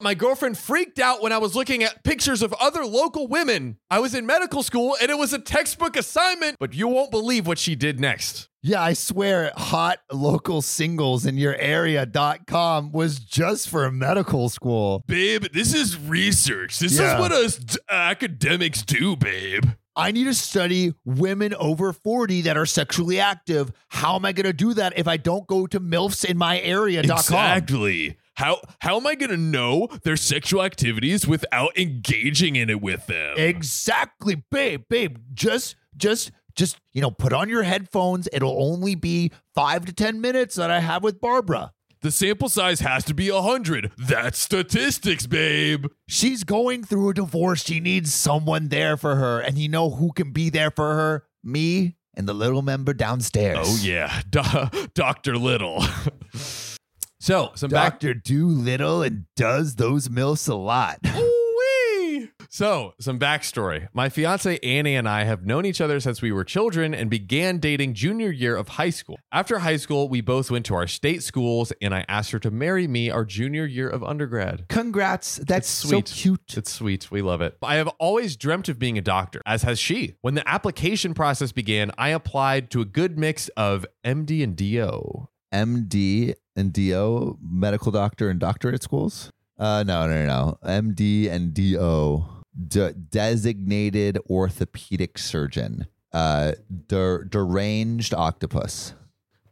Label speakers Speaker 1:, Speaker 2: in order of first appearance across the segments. Speaker 1: my girlfriend freaked out when I was looking at pictures of other local women. I was in medical school and it was a textbook assignment, but you won't believe what she did next.
Speaker 2: Yeah, I swear hot local singles in your area.com was just for medical school.
Speaker 1: Babe, this is research. This
Speaker 2: Yeah.
Speaker 1: is what us d- uh, academics do, babe.
Speaker 2: I need to study women over 40 that are sexually active. How am I going to do that if I don't go to MILFs in my area.com?
Speaker 1: Exactly. How how am I going to know their sexual activities without engaging in it with them?
Speaker 2: Exactly, babe, babe. Just, just, just, you know, put on your headphones. It'll only be five to 10 minutes that I have with Barbara.
Speaker 1: the sample size has to be 100. That's statistics, babe.
Speaker 2: She's going through a divorce. She needs someone there for her. And you know who can be there for her? Me and the little member downstairs.
Speaker 1: Oh yeah, Do- Doctor Little. so some back.
Speaker 2: Dr. Doolittle and does those milfs a lot.
Speaker 1: Ooh-wee. So some backstory. My fiance Annie and I have known each other since we were children and began dating junior year of high school. After high school, we both went to our state schools, and I asked her to marry me our junior year of undergrad.
Speaker 2: Congrats. That's
Speaker 1: It's sweet.
Speaker 2: so cute.
Speaker 1: It's sweet. We love it. I have always dreamt of being a doctor, as has she. When the application process began, I applied to a good mix of MD and DO.
Speaker 2: MD and DO, medical doctor and doctorate schools? Uh, no, no, no, no. MD and DO, de- designated orthopedic surgeon, uh, der- deranged octopus,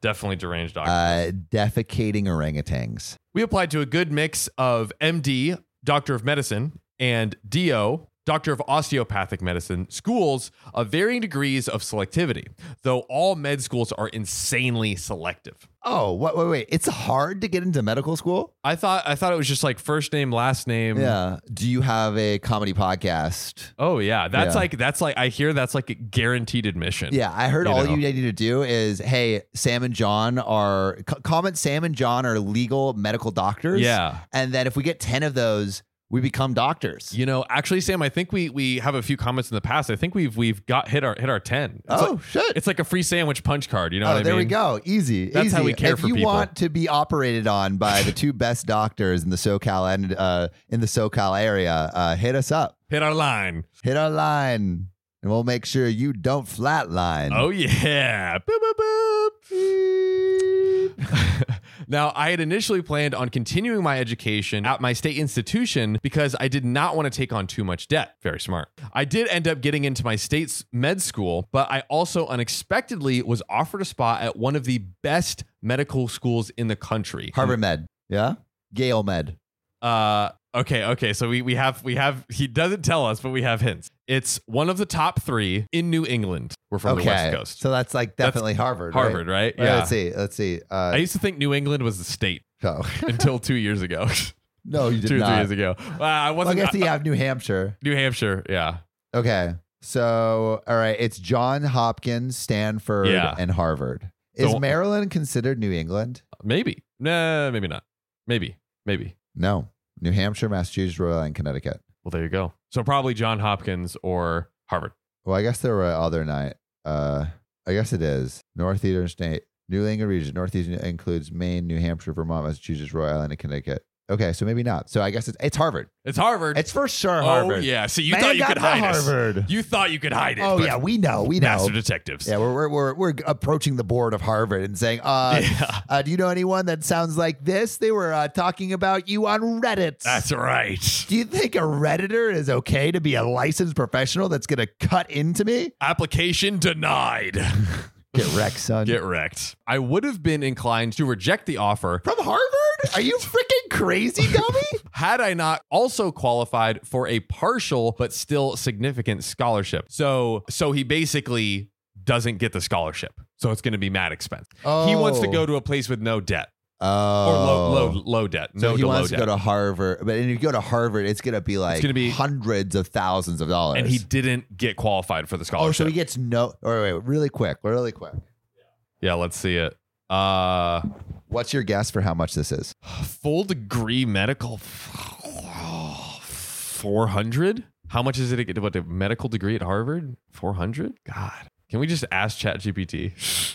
Speaker 1: Definitely deranged doctor.
Speaker 2: uh, defecating orangutans.
Speaker 1: We applied to a good mix of MD, Doctor of Medicine, and DO, Doctor of Osteopathic Medicine, schools of varying degrees of selectivity, though all med schools are insanely selective.
Speaker 2: Oh, wait, wait, wait. It's hard to get into medical school?
Speaker 1: I thought I thought it was just like first name, last name.
Speaker 2: Yeah. Do you have a comedy podcast?
Speaker 1: Oh yeah. That's
Speaker 2: Yeah.
Speaker 1: like that's like I hear that's like a guaranteed admission.
Speaker 2: Yeah, I heard
Speaker 1: You
Speaker 2: all
Speaker 1: know.
Speaker 2: you need to do is, hey, Sam and John are co- comment. Sam and John are legal medical doctors.
Speaker 1: Yeah.
Speaker 2: and then if we get ten of those, we become doctors.
Speaker 1: You know, actually, Sam, I think we we have a few comments in the past. I think we've we've got hit our hit our ten. It's
Speaker 2: oh
Speaker 1: like,
Speaker 2: shit!
Speaker 1: it's like a free sandwich punch card. You know
Speaker 2: oh,
Speaker 1: what I
Speaker 2: there we
Speaker 1: mean?
Speaker 2: go. Easy.
Speaker 1: That's
Speaker 2: easy.
Speaker 1: how we care
Speaker 2: if
Speaker 1: for
Speaker 2: you
Speaker 1: people.
Speaker 2: want to be operated on by the two best doctors in the SoCal and uh, in the SoCal area, uh, hit us up.
Speaker 1: Hit our line.
Speaker 2: Hit our line, and we'll make sure you don't flatline.
Speaker 1: Oh yeah. Boop, boop, boop. now, I had initially planned on continuing my education at my state institution because I did not want to take on too much debt. Very smart. I did end up getting into my state's med school, but I also unexpectedly was offered a spot at one of the best medical schools in the country.
Speaker 2: Harvard Med, yeah, Yale Med.
Speaker 1: Uh okay, okay. So we we have we have he doesn't tell us, but we have hints. It's one of the top three in New England. We're from
Speaker 2: okay,
Speaker 1: the West Coast.
Speaker 2: so that's like
Speaker 1: That's
Speaker 2: definitely Harvard. right?
Speaker 1: Harvard, right?
Speaker 2: All right, let's see. Let's see.
Speaker 1: I
Speaker 2: Uh,
Speaker 1: used to think New England was a state
Speaker 2: so-
Speaker 1: until two years ago.
Speaker 2: no, you did
Speaker 1: two or three
Speaker 2: not.
Speaker 1: years ago. Well, I
Speaker 2: Well, I
Speaker 1: wasn't
Speaker 2: guess you have New Hampshire.
Speaker 1: New Hampshire, yeah.
Speaker 2: Okay. So, all right. It's John Hopkins, Stanford,
Speaker 1: Yeah.
Speaker 2: and Harvard. Is
Speaker 1: So-
Speaker 2: Maryland considered New England?
Speaker 1: Maybe. Nah, maybe not. Maybe. Maybe.
Speaker 2: No. New Hampshire, Massachusetts, Rhode Island, Connecticut.
Speaker 1: Well, there you go. So probably John Hopkins or Harvard.
Speaker 2: Well, I guess there were other night. Uh, I guess it is northeastern state, New England region. Northeastern includes Maine, New Hampshire, Vermont, Massachusetts, Rhode Island, and Connecticut. Okay, so maybe not. So I guess it's, it's Harvard.
Speaker 1: It's Harvard.
Speaker 2: It's for sure
Speaker 1: oh
Speaker 2: Harvard.
Speaker 1: yeah. So you
Speaker 2: Man
Speaker 1: thought you
Speaker 2: got
Speaker 1: could
Speaker 2: the
Speaker 1: hide us.
Speaker 2: Harvard.
Speaker 1: You thought you could hide it.
Speaker 2: Oh
Speaker 1: but
Speaker 2: yeah, we know, we know.
Speaker 1: Master detectives.
Speaker 2: Yeah, we're, we're we're we're approaching the board of Harvard and saying, uh,
Speaker 1: Yeah.
Speaker 2: uh do you know anyone that sounds like this? They were uh, talking about you on Reddit.
Speaker 1: That's right.
Speaker 2: do you think a redditor is okay to be a licensed professional that's gonna cut into me?
Speaker 1: Application denied.
Speaker 2: Get wrecked, son.
Speaker 1: Get wrecked. I would have been inclined to reject the offer
Speaker 2: From Harvard? Are you freaking crazy, dummy?
Speaker 1: had I not also qualified for a partial but still significant scholarship. So so he basically doesn't get the scholarship. So it's going to be mad expense. He wants to
Speaker 2: Oh.
Speaker 1: go to a place with no debt
Speaker 2: oh.
Speaker 1: or low low low debt.
Speaker 2: So
Speaker 1: no
Speaker 2: he
Speaker 1: to
Speaker 2: wants to
Speaker 1: low
Speaker 2: go
Speaker 1: debt.
Speaker 2: to Harvard, but if you go to Harvard, it's gonna be like
Speaker 1: gonna be-
Speaker 2: hundreds of thousands of dollars.
Speaker 1: and he didn't get qualified for the
Speaker 2: oh,
Speaker 1: scholarship.
Speaker 2: so he gets no. All right, wait, really quick, really quick.
Speaker 1: yeah, let's see it. Uh
Speaker 2: What's your guess for how much this is?
Speaker 1: full degree medical 400 how much is it to get what a medical degree at harvard 400 god can we just ask chat gpt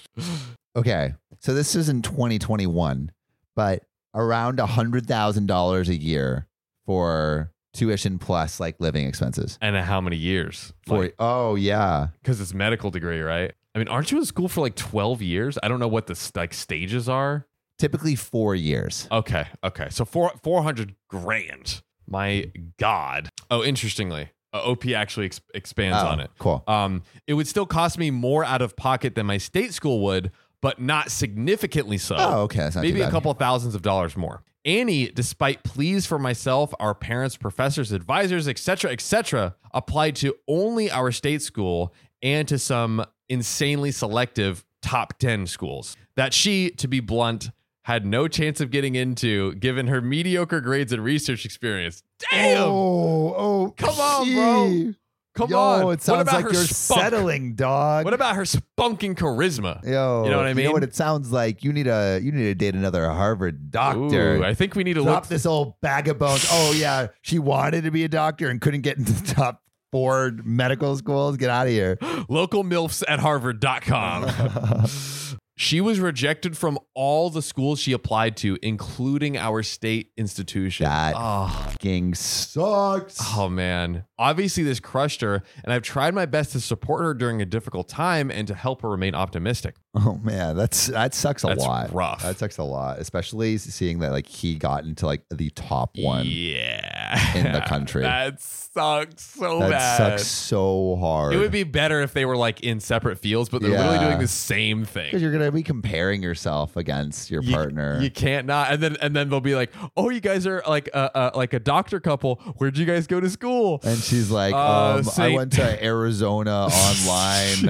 Speaker 2: Okay. So this is in 2021, but around $100,000 a year for tuition plus like living expenses.
Speaker 1: And how many years?
Speaker 2: For
Speaker 1: Like,
Speaker 2: oh yeah,
Speaker 1: because it's medical degree, right? I mean, aren't you in school for like 12 years? I don't know what the s- like stages are.
Speaker 2: typically four years.
Speaker 1: Okay, okay. So four 400 grand. My God. Oh, interestingly, uh, OP actually ex- expands
Speaker 2: Oh,
Speaker 1: on it.
Speaker 2: Cool.
Speaker 1: Um, it would still cost me more out of pocket than my state school would, but not significantly so.
Speaker 2: Oh, okay. That's not too
Speaker 1: Maybe a
Speaker 2: bad.
Speaker 1: couple thousands of dollars more. Annie, despite pleas from myself, our parents, professors, advisors, etc., etc., applied to only our state school and to some insanely selective top 10 schools that she, to be blunt, had no chance of getting into given her mediocre grades and research experience. Damn!
Speaker 2: Oh, oh,
Speaker 1: Come on, bro.
Speaker 2: gee.
Speaker 1: come
Speaker 2: Yo,
Speaker 1: on.
Speaker 2: It sounds
Speaker 1: what about
Speaker 2: like
Speaker 1: her
Speaker 2: you're
Speaker 1: spunk?
Speaker 2: settling, dog.
Speaker 1: What about her spunk and charisma?
Speaker 2: Yo,
Speaker 1: You know what I
Speaker 2: You know
Speaker 1: mean?
Speaker 2: what it sounds like. You need a you need to date another Harvard doctor.
Speaker 1: Ooh, I think we need to
Speaker 2: Drop
Speaker 1: look.
Speaker 2: this old bag of bones. Oh yeah, she wanted to be a doctor and couldn't get into the top four medical schools. Get out of here.
Speaker 1: Local MILFs at Harvard.com. she was rejected from all the schools she applied to, including our state institution.
Speaker 2: That-
Speaker 1: oh,
Speaker 2: Fucking sucks.
Speaker 1: oh, man. Obviously, this crushed her, and I've tried my best to support her during a difficult time and to help her remain optimistic.
Speaker 2: Oh man, that's that sucks a
Speaker 1: That's
Speaker 2: lot.
Speaker 1: rough.
Speaker 2: That sucks a lot, especially seeing that like he got into like the top one.
Speaker 1: Yeah.
Speaker 2: in the country.
Speaker 1: That sucks so
Speaker 2: that
Speaker 1: bad.
Speaker 2: sucks so hard.
Speaker 1: It would be better if they were like in separate fields, but they're
Speaker 2: Yeah.
Speaker 1: literally doing the same thing.
Speaker 2: because you're gonna be comparing yourself against your
Speaker 1: you-
Speaker 2: partner.
Speaker 1: You can't not, and then and then they'll be like, "Oh, you guys are like a uh, like a doctor couple. Where'd you guys go to school?"
Speaker 2: and she's like,
Speaker 1: Uh,
Speaker 2: um, I
Speaker 1: Saint-
Speaker 2: went to Arizona online.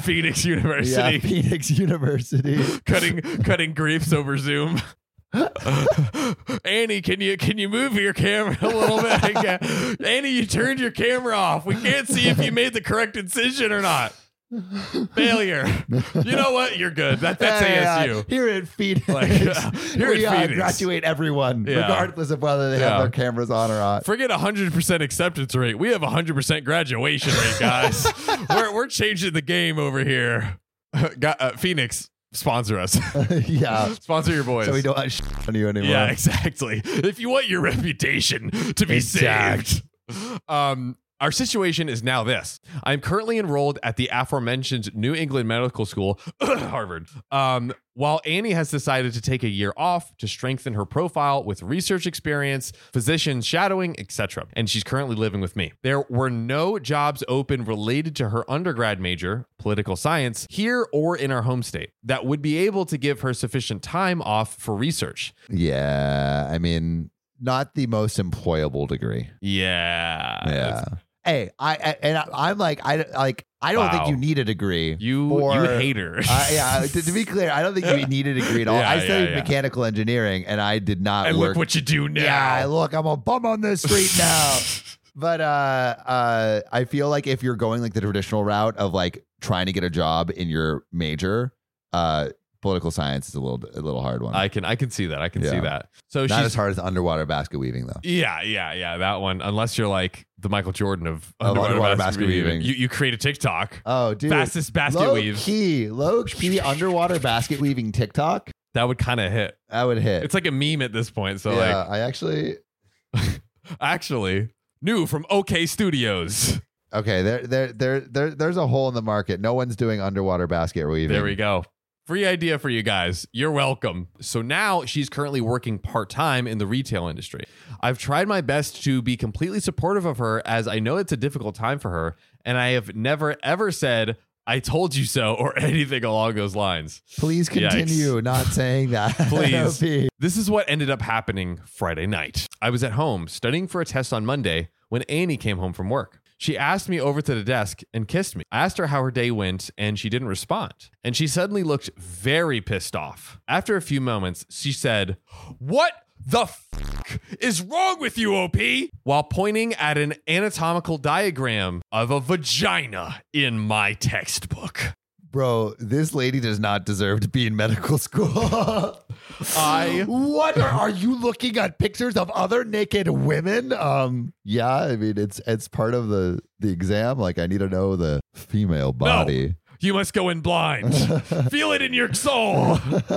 Speaker 1: Phoenix
Speaker 2: yeah,
Speaker 1: University
Speaker 2: Phoenix University.
Speaker 1: cutting cutting grapes over Zoom. Annie, can you can you move your camera a little bit? I can't- Annie, you turned your camera off. We can't see if you made the correct decision or not. Failure. You know what? You're good. That, that's
Speaker 2: Hey, uh,
Speaker 1: ASU.
Speaker 2: here at Phoenix.
Speaker 1: Like, yeah, here
Speaker 2: we
Speaker 1: at
Speaker 2: uh,
Speaker 1: Phoenix.
Speaker 2: graduate everyone,
Speaker 1: Yeah.
Speaker 2: regardless of whether they
Speaker 1: Yeah.
Speaker 2: have their cameras on or not.
Speaker 1: Forget 100% acceptance rate. We have 100% graduation rate, guys. we're, we're changing the game over here. Got, uh, Phoenix, sponsor us.
Speaker 2: yeah.
Speaker 1: sponsor your boys.
Speaker 2: Uh, So we don't have sh- on you anymore.
Speaker 1: yeah, exactly. If you want your reputation to be
Speaker 2: Exact.
Speaker 1: saved. Um, our situation is now this. I'm currently enrolled at the aforementioned New England Medical School, Harvard. Um, while Annie has decided to take a year off to strengthen her profile with research experience, physician shadowing, etc., and she's currently living with me. There were no jobs open related to her undergrad major, political science, here or in our home state that would be able to give her sufficient time off for research.
Speaker 2: Yeah. I mean, not the most employable degree.
Speaker 1: Yeah.
Speaker 2: yeah. Hey, I, I and I, I'm like I like I don't think
Speaker 1: Wow.
Speaker 2: you need a degree.
Speaker 1: You
Speaker 2: For-
Speaker 1: you hater.
Speaker 2: I, yeah, to, to be clear, I don't think you need a degree at all.
Speaker 1: Yeah,
Speaker 2: I
Speaker 1: yeah,
Speaker 2: studied
Speaker 1: yeah.
Speaker 2: mechanical engineering, and I did not
Speaker 1: and
Speaker 2: work.
Speaker 1: look what you do now.
Speaker 2: yeah, look, I'm a bum on the street now. but uh, uh, I feel like if you're going like the traditional route of like trying to get a job in your major, uh, political science is a little a little hard one.
Speaker 1: I can I can see that. I can see
Speaker 2: Yeah.
Speaker 1: that. So
Speaker 2: not
Speaker 1: she's
Speaker 2: as hard as underwater basket weaving though.
Speaker 1: Yeah, yeah, yeah. That one. Unless you're like the Michael Jordan of
Speaker 2: Of
Speaker 1: underwater,
Speaker 2: underwater
Speaker 1: basket,
Speaker 2: basket
Speaker 1: weaving.
Speaker 2: weaving.
Speaker 1: You you create a TikTok.
Speaker 2: Oh, dude.
Speaker 1: Fastest basket
Speaker 2: low
Speaker 1: weave.
Speaker 2: key, low key underwater basket weaving TikTok.
Speaker 1: That would kind of hit.
Speaker 2: That would hit.
Speaker 1: It's like a meme at this point. So
Speaker 2: yeah, I actually
Speaker 1: like actually new from OK Studios.
Speaker 2: okay. There, there, there, there, there's a hole in the market. No one's doing underwater basket weaving.
Speaker 1: There we go. Free idea for you guys. You're welcome. So now she's currently working part time in the retail industry. I've tried my best to be completely supportive of her as I know it's a difficult time for her, and I have never ever said, I told you so, or anything along those lines.
Speaker 2: Please
Speaker 1: Yikes.
Speaker 2: continue not saying that.
Speaker 1: Please.
Speaker 2: OP.
Speaker 1: This is what ended up happening Friday night. I was at home studying for a test on Monday when Annie came home from work. She asked me over to the desk and kissed me. I asked her how her day went, and she didn't respond. And she suddenly looked very pissed off. After a few moments, she said, What the f is wrong with you, OP? While pointing at an anatomical diagram of a vagina in my textbook.
Speaker 2: bro. This lady does not deserve to be in medical school.
Speaker 1: I-
Speaker 2: what are, are you looking at pictures of other naked women? Um, yeah, I mean it's it's part of the the exam. Like I need to know the female body.
Speaker 1: You must go in blind. Feel it in your soul.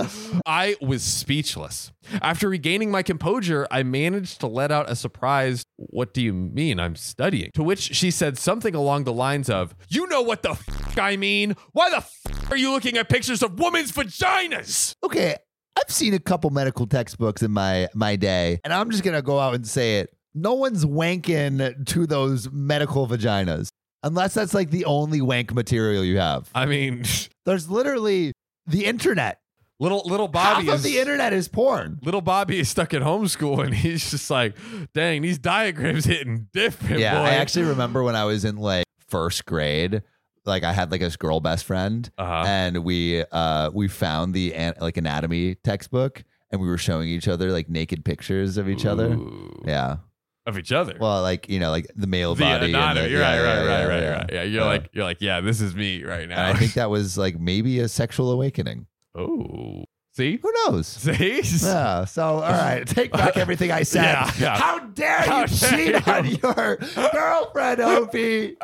Speaker 1: I was speechless. After regaining my composure, I managed to let out a surprised, What do you mean I'm studying? To which she said something along the lines of, You know what the f I mean? Why the f are you looking at pictures of women's vaginas?
Speaker 2: okay, I've seen a couple medical textbooks in my my day, and I'm just gonna go out and say it. No one's wanking to those medical vaginas unless that's like the only wank material you have.
Speaker 1: I mean,
Speaker 2: There's literally the internet.
Speaker 1: little little Bobby
Speaker 2: Half
Speaker 1: is
Speaker 2: of the internet is porn.
Speaker 1: little Bobby is stuck at homeschool and he's just like, dang, these diagrams hitting different.
Speaker 2: Yeah,
Speaker 1: boy.
Speaker 2: I actually remember when I was in like first grade, like I had like this girl best friend,
Speaker 1: Uh-huh.
Speaker 2: and we uh we found the an- like anatomy textbook, and we were showing each other like naked pictures of each other.
Speaker 1: Ooh.
Speaker 2: Yeah.
Speaker 1: Of each other.
Speaker 2: Well, like you know, like the male
Speaker 1: the
Speaker 2: body. and
Speaker 1: anatomy.
Speaker 2: the-
Speaker 1: You're right,
Speaker 2: yeah, yeah,
Speaker 1: right,
Speaker 2: yeah,
Speaker 1: right, right,
Speaker 2: yeah.
Speaker 1: right. Yeah, you're
Speaker 2: Yeah.
Speaker 1: like, you're like, yeah, this is me right
Speaker 2: And
Speaker 1: now.
Speaker 2: I think that was like maybe a sexual awakening.
Speaker 1: oh, see,
Speaker 2: Who knows?
Speaker 1: see,
Speaker 2: Yeah. So, all right, take back everything I said.
Speaker 1: Yeah, yeah.
Speaker 2: How dare
Speaker 1: How
Speaker 2: you
Speaker 1: dare
Speaker 2: cheat
Speaker 1: you.
Speaker 2: on your girlfriend, Opie,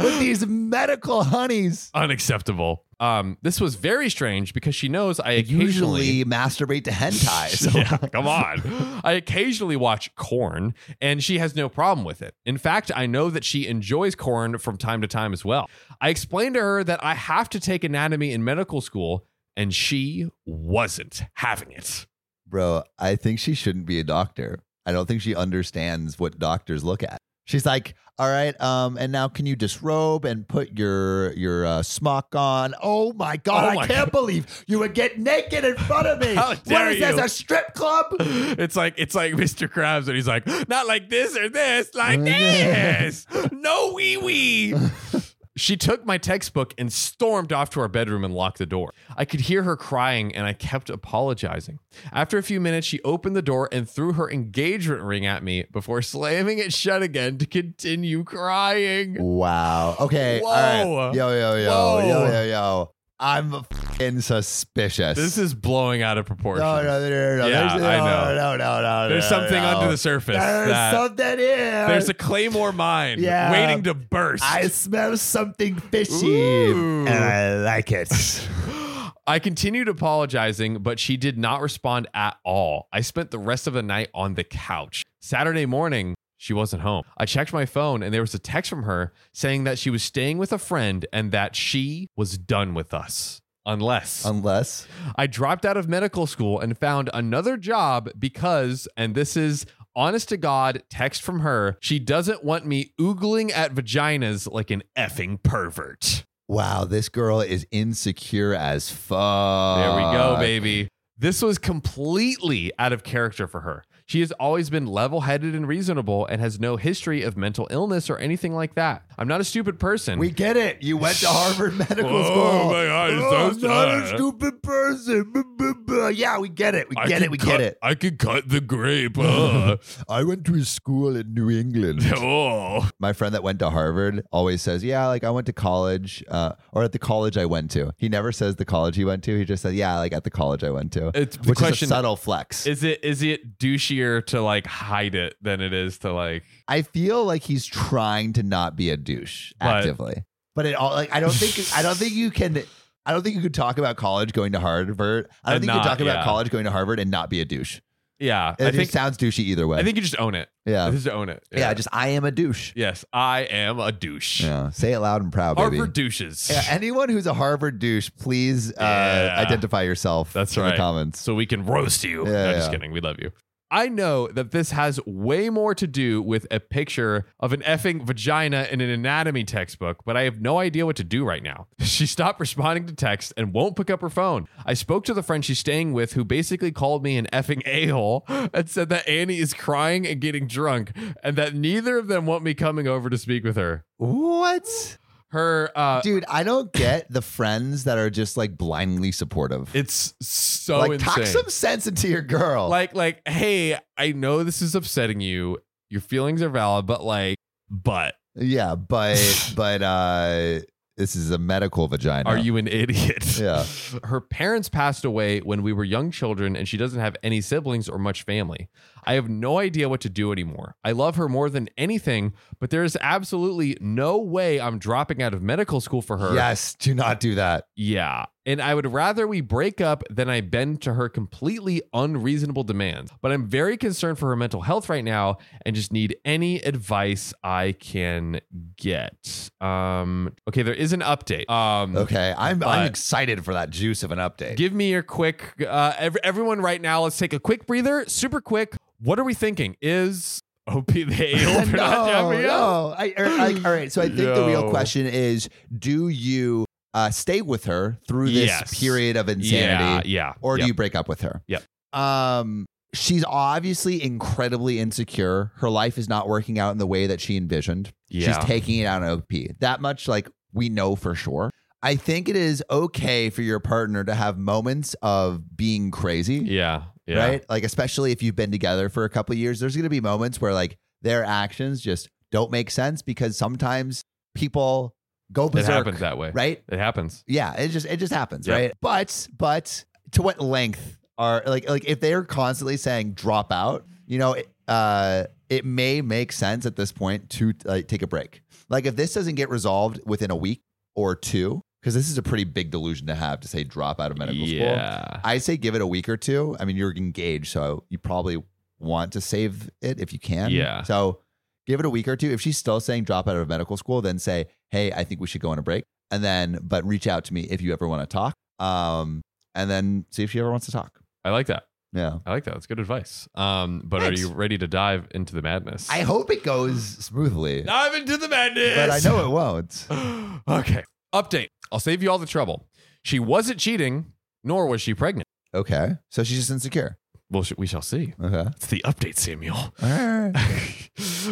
Speaker 2: with these medical honeys?
Speaker 1: unacceptable. Um, this was very strange because she knows I occasionally.
Speaker 2: Usually masturbate to hentai. So.
Speaker 1: Yeah, come on. I occasionally watch corn and she has no problem with it. In fact, I know that she enjoys corn from time to time as well. I explained to her that I have to take anatomy in medical school and she wasn't having it.
Speaker 2: Bro, I think she shouldn't be a doctor. I don't think she understands what doctors look at. She's like, "All right, um, and now can you disrobe and put your your uh, smock on?" Oh my god,
Speaker 1: Oh
Speaker 2: I
Speaker 1: my
Speaker 2: can't believe you would get naked in front of me.
Speaker 1: How dare
Speaker 2: what is
Speaker 1: you.
Speaker 2: this, a strip club?
Speaker 1: It's like it's like Mr. Krabs and he's like, not like this or this, like
Speaker 2: Mm-hmm.
Speaker 1: this. No wee wee. She took my textbook and stormed off to our bedroom and locked the door. I could hear her crying and I kept apologizing. After a few minutes, she opened the door and threw her engagement ring at me before slamming it shut again to continue crying.
Speaker 2: Wow. Okay. all
Speaker 1: Whoa.
Speaker 2: Yo yo yo
Speaker 1: Whoa.
Speaker 2: yo yo yo. I'm fucking suspicious.
Speaker 1: This is blowing out of proportion.
Speaker 2: no no no no no.
Speaker 1: Yeah,
Speaker 2: There's- no,
Speaker 1: I know.
Speaker 2: No no no.
Speaker 1: There's
Speaker 2: no,
Speaker 1: something
Speaker 2: no.
Speaker 1: under the surface.
Speaker 2: There's
Speaker 1: that-
Speaker 2: something here.
Speaker 1: there's a claymore mine
Speaker 2: Yeah.
Speaker 1: waiting to burst.
Speaker 2: I smell something fishy
Speaker 1: Ooh.
Speaker 2: and I like it.
Speaker 1: I continued apologizing, but she did not respond at all. I spent the rest of the night on the couch. Saturday morning, she wasn't home. I checked my phone and there was a text from her saying that she was staying with a friend and that she was done with us. Unless
Speaker 2: Unless
Speaker 1: I dropped out of medical school and found another job because, and this is honest to God text from her, she doesn't want me oogling at vaginas like an effing pervert.
Speaker 2: wow, this girl is insecure as fuck.
Speaker 1: There we go, baby. This was completely out of character for her. She has always been level headed and reasonable and has no history of mental illness or anything like that. I'm not a stupid person.
Speaker 2: We get it. You went to Harvard Medical
Speaker 1: Oh,
Speaker 2: School.
Speaker 1: my God, it's
Speaker 2: Oh,
Speaker 1: so
Speaker 2: I'm not a
Speaker 1: sad.
Speaker 2: stupid person. Buh, buh, buh. Yeah, we get it. We get it. We get it.
Speaker 1: I could cut the grape. uh,
Speaker 2: I went to a school in New England.
Speaker 1: oh.
Speaker 2: my friend that went to Harvard always says, "Yeah, like I went to college, uh, or at the college I went to." He never says the college he went to. He just says, "Yeah, like at the college I went to,"
Speaker 1: It's the
Speaker 2: which
Speaker 1: question
Speaker 2: is a subtle flex.
Speaker 1: is it is it douchier to like hide it than it is to like
Speaker 2: I feel like he's trying to not be a douche
Speaker 1: But-
Speaker 2: actively, but it all like I don't think I don't think you can. I don't think you could talk about college going to Harvard. I don't
Speaker 1: And
Speaker 2: think you could
Speaker 1: not-
Speaker 2: talk about
Speaker 1: yeah.
Speaker 2: college going to Harvard and not be a douche.
Speaker 1: yeah.
Speaker 2: It
Speaker 1: I
Speaker 2: just
Speaker 1: think
Speaker 2: sounds douchey either way.
Speaker 1: I think you just own it.
Speaker 2: yeah.
Speaker 1: Just own it.
Speaker 2: yeah, Just I am a douche.
Speaker 1: yes. I am a douche.
Speaker 2: Yeah, say it loud and proud, baby.
Speaker 1: Harvard douches.
Speaker 2: Yeah, anyone who's a Harvard douche, please uh,
Speaker 1: Yeah.
Speaker 2: identify yourself.
Speaker 1: That's
Speaker 2: in
Speaker 1: right.
Speaker 2: The comments.
Speaker 1: so we can roast you.
Speaker 2: Yeah,
Speaker 1: no,
Speaker 2: yeah.
Speaker 1: just kidding. We love you. I know that this has way more to do with a picture of an effing vagina in an anatomy textbook, but I have no idea what to do right now. She stopped responding to texts and won't pick up her phone. I spoke to the friend she's staying with who basically called me an effing a hole and said that Annie is crying and getting drunk and that neither of them want me coming over to speak with her.
Speaker 2: What,
Speaker 1: Her, uh,
Speaker 2: dude? I don't get the friends that are just like blindly supportive.
Speaker 1: it's so
Speaker 2: like,
Speaker 1: insane.
Speaker 2: talk some sense into your girl.
Speaker 1: like like hey i know this is upsetting you your feelings are valid but like but
Speaker 2: yeah, but but uh, this is a medical vagina.
Speaker 1: are you an idiot
Speaker 2: Yeah.
Speaker 1: her parents passed away when we were young children and she doesn't have any siblings or much family I have no idea what to do anymore. I love her more than anything, but there is absolutely no way I'm dropping out of medical school for her.
Speaker 2: Yes, do not do that.
Speaker 1: Yeah. And I would rather we break up than I bend to her completely unreasonable demands. But I'm very concerned for her mental health right now and just need any advice I can get. Um okay, there is an update. Um
Speaker 2: Okay, I'm I'm
Speaker 1: But-
Speaker 2: excited for that juice of an update.
Speaker 1: give me your quick uh ev- everyone right now, let's take a quick breather, super quick. What are we thinking? Is OP the ale for not jumping up?
Speaker 2: no. I, or, like, all right. So I think the real
Speaker 1: Yo.
Speaker 2: question is: Do you uh, stay with her through this
Speaker 1: Yes.
Speaker 2: period of insanity,
Speaker 1: Yeah, yeah.
Speaker 2: or
Speaker 1: yep.
Speaker 2: do you break up with her?
Speaker 1: Yep.
Speaker 2: Um, she's obviously incredibly insecure. Her life is not working out in the way that she envisioned.
Speaker 1: yeah.
Speaker 2: She's taking it out on OP. That much, like, we know for sure. I think it is okay for your partner to have moments of being crazy
Speaker 1: yeah. Yeah.
Speaker 2: right? Like especially if you've been together for a couple of years, there's going to be moments where like their actions just don't make sense because sometimes people go
Speaker 1: It
Speaker 2: berserk,
Speaker 1: happens that way.
Speaker 2: right?
Speaker 1: It happens.
Speaker 2: Yeah, it just it just happens,
Speaker 1: Yep.
Speaker 2: right? But but to what length are like like if they're constantly saying drop out, you know, it, uh, it may make sense at this point to like take a break. Like if this doesn't get resolved within a week or two, because this is a pretty big delusion to have to say drop out of medical school.
Speaker 1: yeah.
Speaker 2: I say give it a week or two. I mean, you're engaged, so you probably want to save it if you can.
Speaker 1: Yeah.
Speaker 2: So give it a week or two. If she's still saying drop out of medical school, then say, hey, I think we should go on a break. And then, but reach out to me if you ever want to talk. Um, and then see if she ever wants to talk.
Speaker 1: I like that.
Speaker 2: Yeah.
Speaker 1: I like that. That's good advice. Um, but
Speaker 2: Thanks.
Speaker 1: are you ready to dive into the madness?
Speaker 2: I hope it goes smoothly,
Speaker 1: dive into the
Speaker 2: but I
Speaker 1: madness.
Speaker 2: know it won't.
Speaker 1: know. okay. Update. I'll save you all the trouble. She wasn't cheating, nor was she pregnant.
Speaker 2: Okay. So she's just insecure.
Speaker 1: Well, sh- we shall see.
Speaker 2: Okay.
Speaker 1: It's the update, Samuel.
Speaker 2: All right.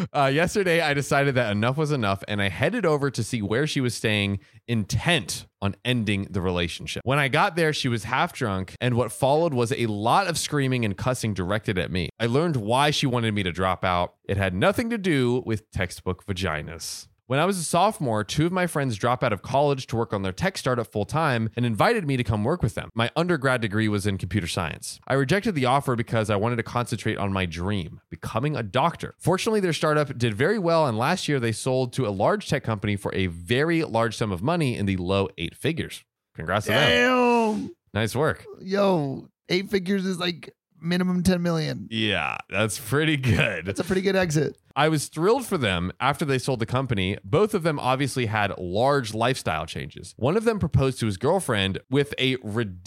Speaker 1: uh, yesterday, I decided that enough was enough, and I headed over to see where she was staying, intent on ending the relationship. When I got there, she was half drunk, and what followed was a lot of screaming and cussing directed at me. I learned why she wanted me to drop out. It had nothing to do with textbook vaginas. When I was a sophomore, two of my friends dropped out of college to work on their tech startup full time and invited me to come work with them. My undergrad degree was in computer science. I rejected the offer because I wanted to concentrate on my dream, becoming a doctor. Fortunately, their startup did very well, and last year they sold to a large tech company for a very large sum of money in the low eight figures. Congrats to them.
Speaker 2: Damn.
Speaker 1: Nice work.
Speaker 2: Yo, eight figures is like minimum 10 million.
Speaker 1: Yeah, that's pretty good.
Speaker 2: That's a pretty good exit.
Speaker 1: I was thrilled for them after they sold the company. Both of them obviously had large lifestyle changes. One of them proposed to his girlfriend with a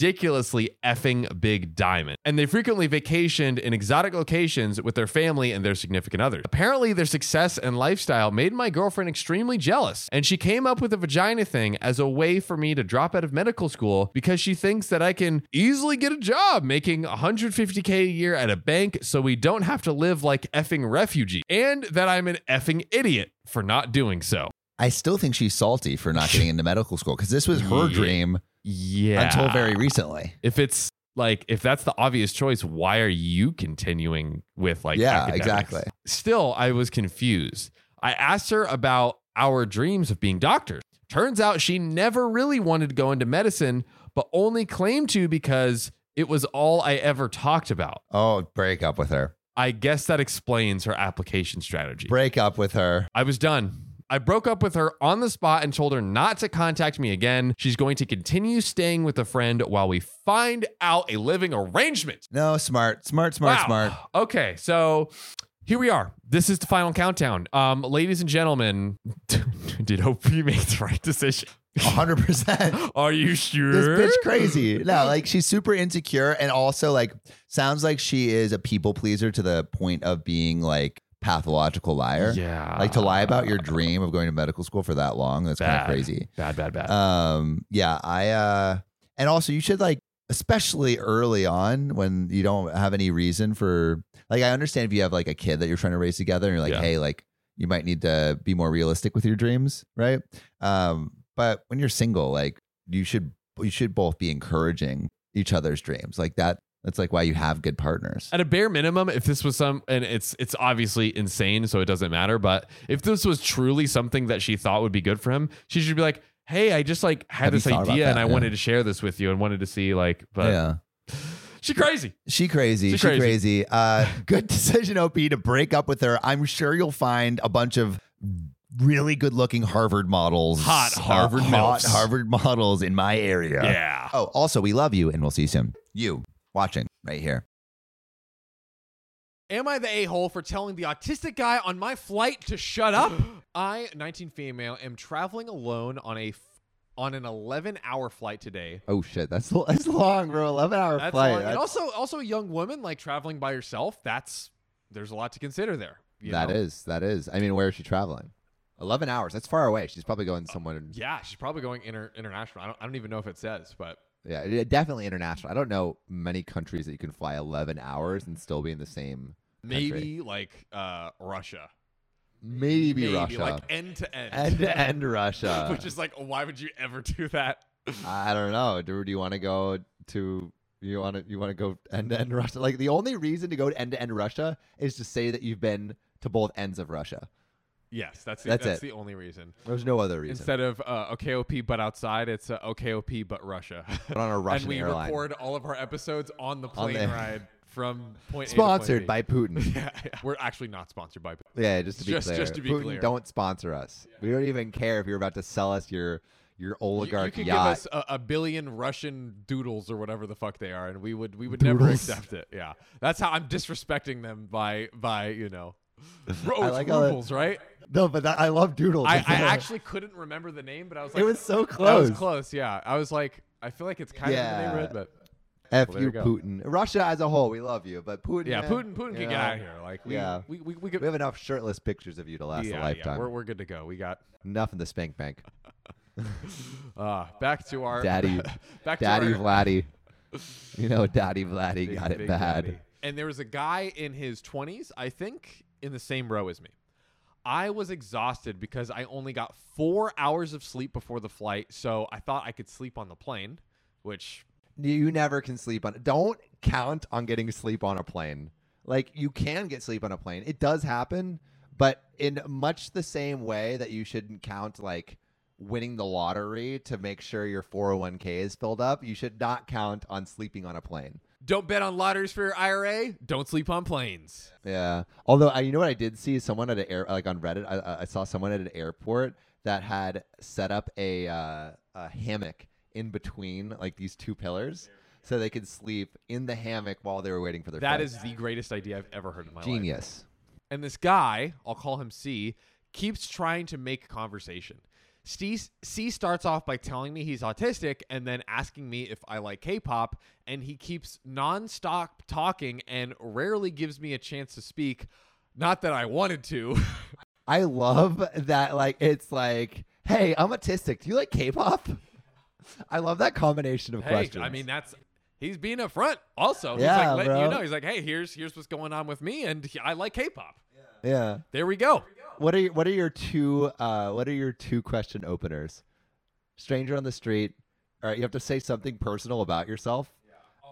Speaker 1: ridiculously effing big diamond, and they frequently vacationed in exotic locations with their family and their significant others. Apparently, their success and lifestyle made my girlfriend extremely jealous, and she came up with a vagina thing as a way for me to drop out of medical school because she thinks that I can easily get a job making 150k a year at a bank so we don't have to live like effing refugees and that I'm an effing idiot for not doing so.
Speaker 2: I still think she's salty for not getting into medical school because this was her
Speaker 1: Yeah.
Speaker 2: dream
Speaker 1: Yeah.
Speaker 2: until very recently.
Speaker 1: if it's like if that's the obvious choice, why are you continuing with like
Speaker 2: Yeah,
Speaker 1: academics?
Speaker 2: exactly.
Speaker 1: Still, I was confused. I asked her about our dreams of being doctors. Turns out she never really wanted to go into medicine, but only claimed to because it was all I ever talked about.
Speaker 2: Oh, break up with her.
Speaker 1: I guess that explains her application strategy.
Speaker 2: Break up with her.
Speaker 1: I was done. I broke up with her on the spot and told her not to contact me again. She's going to continue staying with a friend while we find out a living arrangement.
Speaker 2: No, smart, smart, smart,
Speaker 1: Wow.
Speaker 2: smart.
Speaker 1: Okay, so here we are. This is the final countdown. Um, ladies and gentlemen, did OP make the right decision?
Speaker 2: A hundred percent.
Speaker 1: Are you sure?
Speaker 2: This bitch crazy. No, like she's super insecure and also like sounds like she is a people pleaser to the point of being like pathological liar.
Speaker 1: Yeah.
Speaker 2: Like to lie about your dream of going to medical school for that long, that's kind of
Speaker 1: Bad.
Speaker 2: crazy.
Speaker 1: Bad, bad, bad.
Speaker 2: um yeah i uh and also you should like especially early on when you don't have any reason for like i understand if you have like a kid that you're trying to raise together and you're like
Speaker 1: Yeah.
Speaker 2: hey like you might need to be more realistic with your dreams right um but when you're single like you should you should both be encouraging each other's dreams like that that's like why you have good partners
Speaker 1: at a bare minimum, if this was some, and it's it's obviously insane, so it doesn't matter. But if this was truly something that she thought would be good for him, she should be like, "Hey, I just like had
Speaker 2: Have you
Speaker 1: this
Speaker 2: thought about
Speaker 1: idea,
Speaker 2: that?
Speaker 1: and I
Speaker 2: Yeah.
Speaker 1: wanted to share this with you, and wanted to see like." But
Speaker 2: yeah
Speaker 1: She crazy.
Speaker 3: She crazy.
Speaker 1: She
Speaker 3: She,
Speaker 1: crazy.
Speaker 3: crazy. Uh, good decision, OP, to break up with her. I'm sure you'll find a bunch of really good looking Harvard models. uh,
Speaker 1: Hot Harvard
Speaker 3: hot
Speaker 1: MILFs.
Speaker 3: Harvard models in my area.
Speaker 1: Yeah.
Speaker 3: Oh, also, we love you and we'll see you soon. You watching right here.
Speaker 1: Am I the a hole for telling the autistic guy on my flight to shut up? I, 19 female, am traveling alone on a f- on an 11 hour flight today.
Speaker 3: Oh, shit. That's, that's long, bro. 11 hour
Speaker 1: That's
Speaker 3: flight.
Speaker 1: long.
Speaker 3: That's-
Speaker 1: and also also a young woman like traveling by herself. That's there's a lot to consider there. you
Speaker 2: That
Speaker 1: know?
Speaker 2: is, that is. I mean, where is she traveling? Eleven hours. That's far away. She's probably going somewhere.
Speaker 1: Yeah, she's probably going inter- international. I don't, I don't even know if it says, but
Speaker 2: Yeah, yeah, definitely international. I don't know many countries that you can fly eleven hours and still be in the same.
Speaker 1: maybe
Speaker 2: Country.
Speaker 1: like uh, Russia.
Speaker 2: Maybe, Russia.
Speaker 1: Like end to end.
Speaker 2: end to end Russia.
Speaker 1: Which is like, why would you ever do that?
Speaker 2: I don't know. Do, do you want to go to you want to you want to go end to end Russia? Like the only reason to go to end to end Russia is to say that you've been to both ends of Russia.
Speaker 1: Yes, that's the,
Speaker 2: That's
Speaker 1: that's
Speaker 2: it.
Speaker 1: the only reason.
Speaker 2: There's no other reason.
Speaker 1: Instead of uh, OKOP but outside, it's uh, OKOP but Russia.
Speaker 2: But on a Russian
Speaker 1: and we
Speaker 2: airline.
Speaker 1: record all of our episodes on the plane
Speaker 2: the-
Speaker 1: ride from point A to point B.
Speaker 2: Sponsored by Putin.
Speaker 1: Yeah, yeah. we're actually not sponsored by.
Speaker 2: Yeah, just to be
Speaker 1: Just-
Speaker 2: clear.
Speaker 1: just to be
Speaker 2: Putin,
Speaker 1: clear.
Speaker 2: don't sponsor us. We don't even care if you're about to sell us your your
Speaker 1: You, you
Speaker 2: oligarch
Speaker 1: could give
Speaker 2: yacht.
Speaker 1: us a, a billion Russian doodles or whatever the fuck they are, and we would we would never
Speaker 2: Doodles.
Speaker 1: accept it. Yeah, that's how I'm disrespecting them by by you know, Ro-
Speaker 2: I
Speaker 1: it's
Speaker 2: like how that-
Speaker 1: rubles, right?
Speaker 2: no, but that, I love doodles.
Speaker 1: I, I
Speaker 2: It's like-
Speaker 1: actually couldn't remember the name, but I was like,
Speaker 2: it was so
Speaker 1: that
Speaker 2: close.
Speaker 1: was close. Yeah, I was like, I feel like it's kind of in
Speaker 2: Yeah.
Speaker 1: the neighborhood, but
Speaker 2: F
Speaker 1: Well, there
Speaker 2: you,
Speaker 1: you go.
Speaker 2: Putin. Russia as a whole, we love you, but Putin.
Speaker 1: yeah,
Speaker 2: eh,
Speaker 1: Putin Putin
Speaker 2: you
Speaker 1: can
Speaker 2: know,
Speaker 1: get out of here. Like we
Speaker 2: yeah.
Speaker 1: we we, we could.
Speaker 2: We have enough shirtless pictures of you to last
Speaker 1: yeah,
Speaker 2: a
Speaker 1: yeah,
Speaker 2: lifetime.
Speaker 1: we're, we're good to go. We got
Speaker 2: Enough in the spank bank.
Speaker 1: uh, back to our
Speaker 2: Daddy-
Speaker 1: back
Speaker 2: Daddy
Speaker 1: to our,
Speaker 2: Vladdy. You know, Daddy Vladdy
Speaker 1: Big-
Speaker 2: got it
Speaker 1: big
Speaker 2: bad.
Speaker 1: daddy. And there was a guy in his 20s, I think, in the same row as me. I was exhausted because I only got four hours of sleep before the flight, so I thought I could sleep on the plane, which
Speaker 2: You never can sleep on. Don't count on getting sleep on a plane. Like you can get sleep on a plane. It does happen, but in much the same way that you shouldn't count like winning the lottery to make sure your 401k is filled up, you should not count on sleeping on a plane.
Speaker 1: don't bet on lotteries for your IRA, don't sleep on planes.
Speaker 2: Yeah. Although I, you know what I did see someone at an air like on Reddit, I- I, I saw someone at an airport that had set up a, uh, a hammock in between like these two pillars, so they could sleep in the hammock while they were waiting for their.
Speaker 1: That
Speaker 2: flight.
Speaker 1: is the greatest idea I've ever heard in my life.
Speaker 2: genius.
Speaker 1: And this guy, I'll call him C, keeps trying to make conversation. C, C starts off by telling me he's autistic and then asking me if I like K-pop, and he keeps nonstop talking and rarely gives me a chance to speak. Not that I wanted to.
Speaker 2: I love that. Like it's like, hey, I'm autistic. Do you like K-pop? I love that combination of
Speaker 1: hey,
Speaker 2: questions.
Speaker 1: I mean that's he's being upfront. Also, he's
Speaker 2: Yeah,
Speaker 1: like letting you
Speaker 2: bro.
Speaker 1: know. He's like, hey, here's here's what's going on with me, and I like K-pop.
Speaker 2: yeah.
Speaker 1: There we go.
Speaker 2: What are your, what are your two uh, what are your two question openers? Stranger on the street. All right, you have to say something personal about yourself,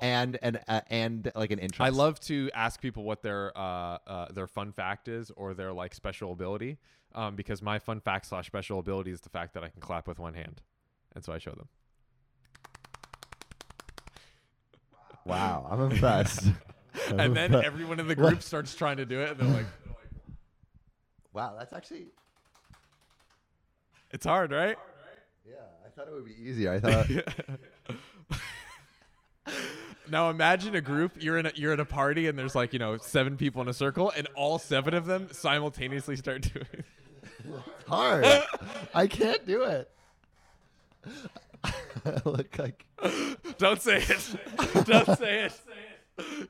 Speaker 2: and and uh, and like an interest.
Speaker 1: I love to ask people what their uh, uh, their fun fact is or their like special ability, um, because my fun fact slash special ability is the fact that I can clap with one hand, and so I show them.
Speaker 2: Wow, I'm impressed.
Speaker 1: and then everyone in the group starts trying to do it, and they're like,
Speaker 2: wow, that's actually
Speaker 1: "It's hard, right?"
Speaker 2: yeah. I thought it would be easier. I thought
Speaker 1: Now imagine a group you're in a, you're at a party and there's like you know seven people in a circle and all seven of them simultaneously start doing. it.
Speaker 2: hard. I can't do it. I look like
Speaker 1: Don't say it. Don't say it.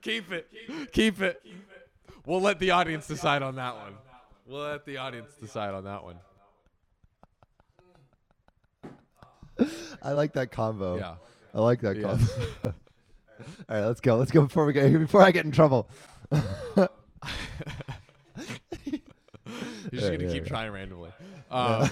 Speaker 1: Keep it. Keep it. We'll let the audience decide on that one. We'll let the audience decide on that one.
Speaker 2: I like that combo.
Speaker 1: Yeah.
Speaker 2: I like that
Speaker 1: Yeah.
Speaker 2: combo. All right, let's go. Let's go before we get before I get in trouble.
Speaker 1: You're just
Speaker 2: Yeah,
Speaker 1: gonna
Speaker 2: yeah,
Speaker 1: keep
Speaker 2: yeah.
Speaker 1: trying randomly. Um,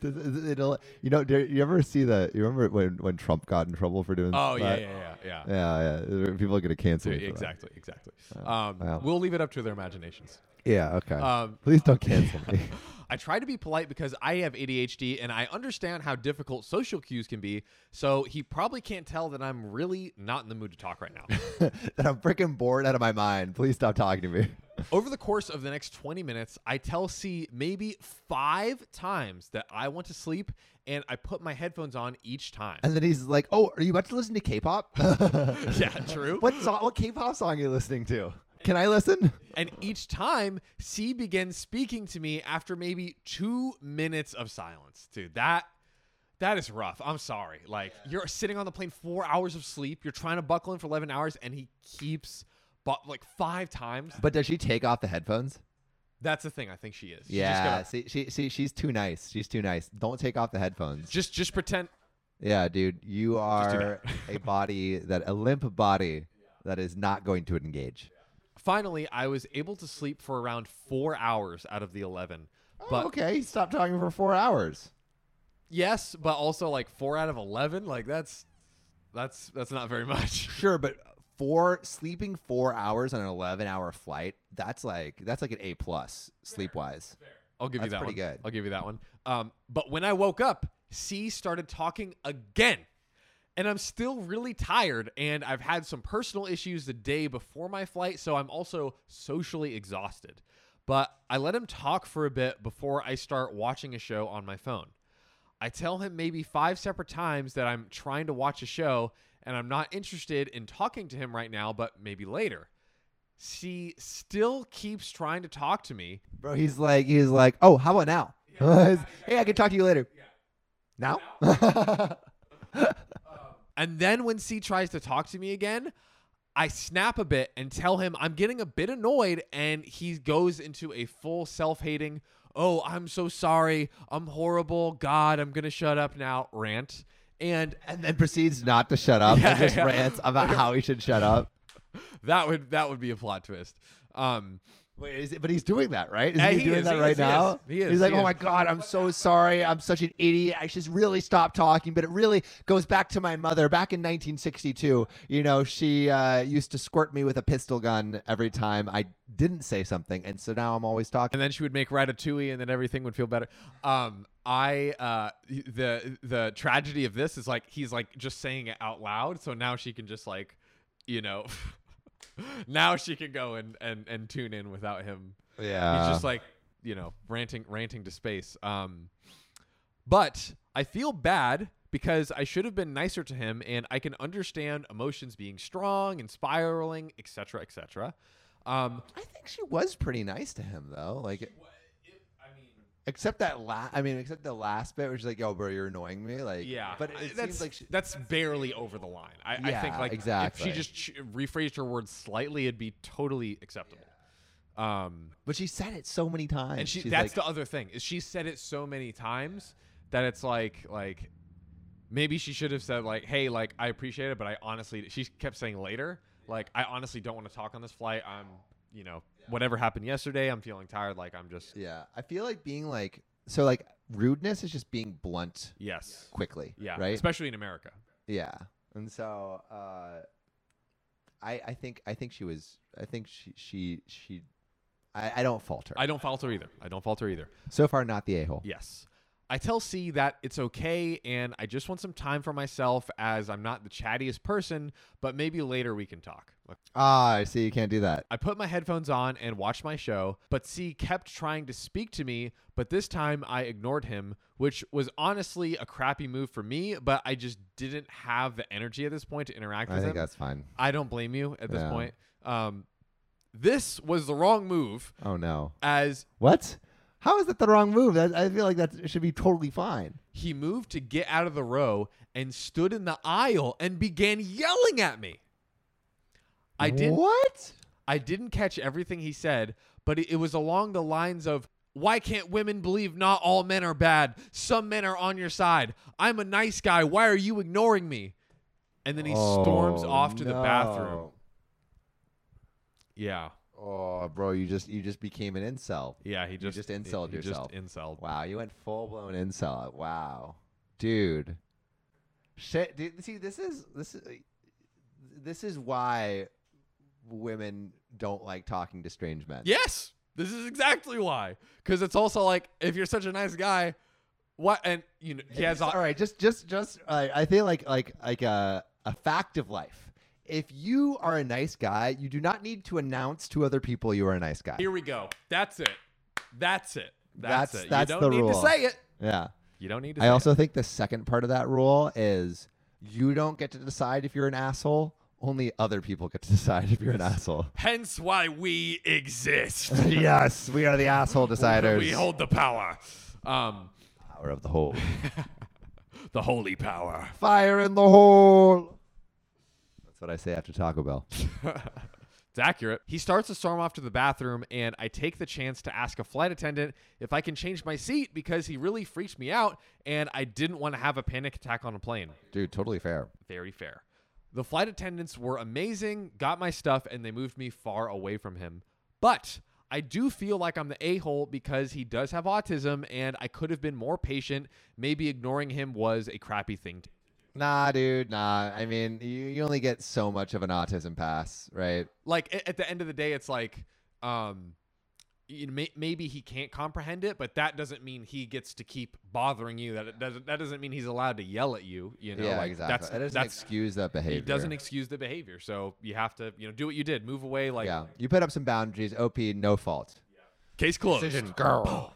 Speaker 2: Does- is it- it'll- you know, do you ever see the? You remember when when Trump got in trouble for doing?
Speaker 1: oh yeah,
Speaker 2: that?
Speaker 1: yeah, yeah, yeah.
Speaker 2: yeah, yeah. People are gonna cancel. me for that.
Speaker 1: Exactly, exactly. Um,
Speaker 2: Wow.
Speaker 1: We'll leave it up to their imaginations.
Speaker 2: Yeah. Okay.
Speaker 1: Um,
Speaker 2: Please don't cancel me.
Speaker 1: I try to be polite because I have ADHD and I understand how difficult social cues can be. So he probably can't tell that I'm really not in the mood to talk right now.
Speaker 2: that I'm freaking bored out of my mind. Please stop talking to me.
Speaker 1: Over the course of the next 20 minutes, I tell C maybe five times that I want to sleep and I put my headphones on each time.
Speaker 2: And then he's like, "Oh, are you about to listen to K-pop?
Speaker 1: yeah, true.
Speaker 2: what song? What K-pop song are you listening to? Can I listen?"
Speaker 1: And each time, C begins speaking to me after maybe two minutes of silence. Dude, that that is rough. I'm sorry. Like you're sitting on the plane, four hours of sleep. You're trying to buckle in for 11 hours, and he keeps, but like five times.
Speaker 2: But does she take off the headphones?
Speaker 1: That's the thing. I think she is. She's just
Speaker 2: yeah.
Speaker 1: gonna-
Speaker 2: see, she, she, she's too nice. She's too nice. Don't take off the headphones.
Speaker 1: just just pretend.
Speaker 2: Yeah, dude, you
Speaker 1: do
Speaker 2: are a body that a limp body that is not going to engage.
Speaker 1: Finally, I was able to sleep for around four hours out of the 11. But
Speaker 2: Oh, okay, stop talking for four hours.
Speaker 1: yes, but also like four out of 11. Like that's that's that's not very much.
Speaker 2: Sure, but four sleeping four hours on an eleven hour flight, that's like that's like an A plus sleep wise.
Speaker 1: I'll give you that
Speaker 2: That's pretty
Speaker 1: one.
Speaker 2: good.
Speaker 1: I'll give you that one. Um, but when I woke up, C started talking again. And I'm still really tired, and I've had some personal issues the day before my flight, so I'm also socially exhausted. But I let him talk for a bit before I start watching a show on my phone. I tell him maybe five separate times that I'm trying to watch a show and I'm not interested in talking to him right now, but maybe later. C still keeps trying to talk to me,
Speaker 2: Bro, he's like he's like, oh, how about now? hey, I can talk to you later. Now?
Speaker 1: And then when C tries to talk to me again, I snap a bit and tell him I'm getting a bit annoyed. And he goes into a full self hating, oh, I'm so sorry. I'm horrible. God, I'm going to shut up now rant. And
Speaker 2: and then proceeds not to shut up
Speaker 1: Yeah,
Speaker 2: and just
Speaker 1: yeah.
Speaker 2: rants about how he should shut up.
Speaker 1: that would that would be a plot twist. Um,
Speaker 2: Wait, is it, but he's doing that, right? Isn't
Speaker 1: Yeah,
Speaker 2: he,
Speaker 1: he
Speaker 2: doing
Speaker 1: is,
Speaker 2: that
Speaker 1: he
Speaker 2: right
Speaker 1: is, he
Speaker 2: now?
Speaker 1: is, he is,
Speaker 2: he's like,
Speaker 1: he
Speaker 2: oh
Speaker 1: is.
Speaker 2: my god, I'm so sorry. I'm such an idiot. I should really stop talking. But it really goes back to my mother. Back in 1962, you know, she uh, used to squirt me with a pistol gun every time I didn't say something, and so now I'm always talking.
Speaker 1: and then she would make ratatouille, and then everything would feel better. Um, I uh, the the tragedy of this is like he's like just saying it out loud, so now she can just like, you know, now she can go and and and tune in without him.
Speaker 2: Yeah,
Speaker 1: He's just like you know ranting ranting to space. Um, but I feel bad because I should have been nicer to him, and I can understand emotions being strong and spiraling, etc., etc. Um,
Speaker 2: I think she was pretty nice to him though. Like, except that last. I mean, except the last bit, which is like, yo, bro, you're annoying me. Like,
Speaker 1: Yeah,
Speaker 2: But
Speaker 1: I-
Speaker 2: it
Speaker 1: that's
Speaker 2: seems like she,
Speaker 1: that's barely over the line. I, I think
Speaker 2: Yeah,
Speaker 1: like
Speaker 2: exactly.
Speaker 1: if she just ch- rephrased her words slightly, it'd be totally acceptable. Um,
Speaker 2: but she said it so many times.
Speaker 1: and she
Speaker 2: She's
Speaker 1: that's the
Speaker 2: like,
Speaker 1: other thing is she said it so many times that it's like like maybe she should have said like hey like I appreciate it, but I honestly she kept saying later like I honestly don't want to talk on this flight. I'm you know whatever happened yesterday. I'm feeling tired. Like I'm just
Speaker 2: Yeah, I feel like being like so like rudeness is just being blunt
Speaker 1: yes.
Speaker 2: quickly.
Speaker 1: Yeah,
Speaker 2: Right.
Speaker 1: especially in America.
Speaker 2: yeah. And so, uh, I I think I think she was I think she she she I, I don't fault her.
Speaker 1: I don't falter either. I don't falter either.
Speaker 2: so far, not the a hole.
Speaker 1: Yes. I tell C that it's okay and I just want some time for myself as I'm not the chattiest person, but maybe later we can talk. Look,
Speaker 2: Ah, I see. You can't do that.
Speaker 1: I put my headphones on and watched my show, but C kept trying to speak to me, but this time I ignored him, which was honestly a crappy move for me, but I just didn't have the energy at this point to interact
Speaker 2: I
Speaker 1: with
Speaker 2: think
Speaker 1: him.
Speaker 2: that's fine.
Speaker 1: I don't blame you at this
Speaker 2: Yeah.
Speaker 1: point. Um, this was the wrong move
Speaker 2: Oh no.
Speaker 1: as
Speaker 2: What? How is that the wrong move? That, I feel like that should be totally fine.
Speaker 1: he moved to get out of the row and stood in the aisle and began yelling at me. I didn't
Speaker 2: What?
Speaker 1: I didn't catch everything he said, but it it was along the lines of why can't women believe not all men are bad? Some men are on your side. I'm a nice guy. Why are you ignoring me? And then he storms
Speaker 2: Oh,
Speaker 1: off to the bathroom.
Speaker 2: no.
Speaker 1: Yeah.
Speaker 2: Oh, bro, you just you just became an incel.
Speaker 1: Yeah, he just
Speaker 2: just insulted
Speaker 1: he- he
Speaker 2: yourself.
Speaker 1: Just insulted.
Speaker 2: Wow, you went full blown incel. Wow, dude. Shit, dude. See, this is this is this is why women don't like talking to strange men.
Speaker 1: Yes. This is exactly why. Because it's also like, if you're such a nice guy, what? And you know, he has
Speaker 2: all right just just just uh, i think like like like a, a fact of life if you are a nice guy you do not need to announce to other people you are a nice guy
Speaker 1: Here we go. That's it. That's it. That's,
Speaker 2: That's-
Speaker 1: it.
Speaker 2: that's
Speaker 1: you
Speaker 2: the
Speaker 1: don't need to
Speaker 2: rule.
Speaker 1: say it.
Speaker 2: yeah
Speaker 1: You don't need to.
Speaker 2: i
Speaker 1: say
Speaker 2: also
Speaker 1: it.
Speaker 2: think the second part of that rule is you don't get to decide if you're an asshole only other people get to decide if you're an asshole
Speaker 1: Hence why we exist.
Speaker 2: yes we are the asshole deciders
Speaker 1: we hold the power. Um,
Speaker 2: power of the hole
Speaker 1: the holy power.
Speaker 2: fire in the hole that's what i say after taco bell
Speaker 1: It's accurate. He starts to storm off to the bathroom, and I take the chance to ask a flight attendant if I can change my seat because he really freaked me out, and I didn't want to have a panic attack on a plane.
Speaker 2: dude totally fair
Speaker 1: Very fair. The flight attendants were amazing, got my stuff, and they moved me far away from him. But I do feel like I'm the a hole because he does have autism, and I could have been more patient. Maybe ignoring him was a crappy thing to
Speaker 2: Nah, dude, nah. I mean, you, you only get so much of an autism pass, right?
Speaker 1: like a- at the end of the day it's like um you know, may, maybe he can't comprehend it but that doesn't mean he gets to keep bothering you that it doesn't that doesn't mean he's allowed to yell at you you know
Speaker 2: yeah,
Speaker 1: like
Speaker 2: exactly.
Speaker 1: that's
Speaker 2: that doesn't
Speaker 1: that's
Speaker 2: excuse that behavior.
Speaker 1: he doesn't excuse the behavior so you have to you know do what you did move away like
Speaker 2: yeah, you put up some boundaries. Op, no fault.
Speaker 1: case closed
Speaker 2: Decision, girl.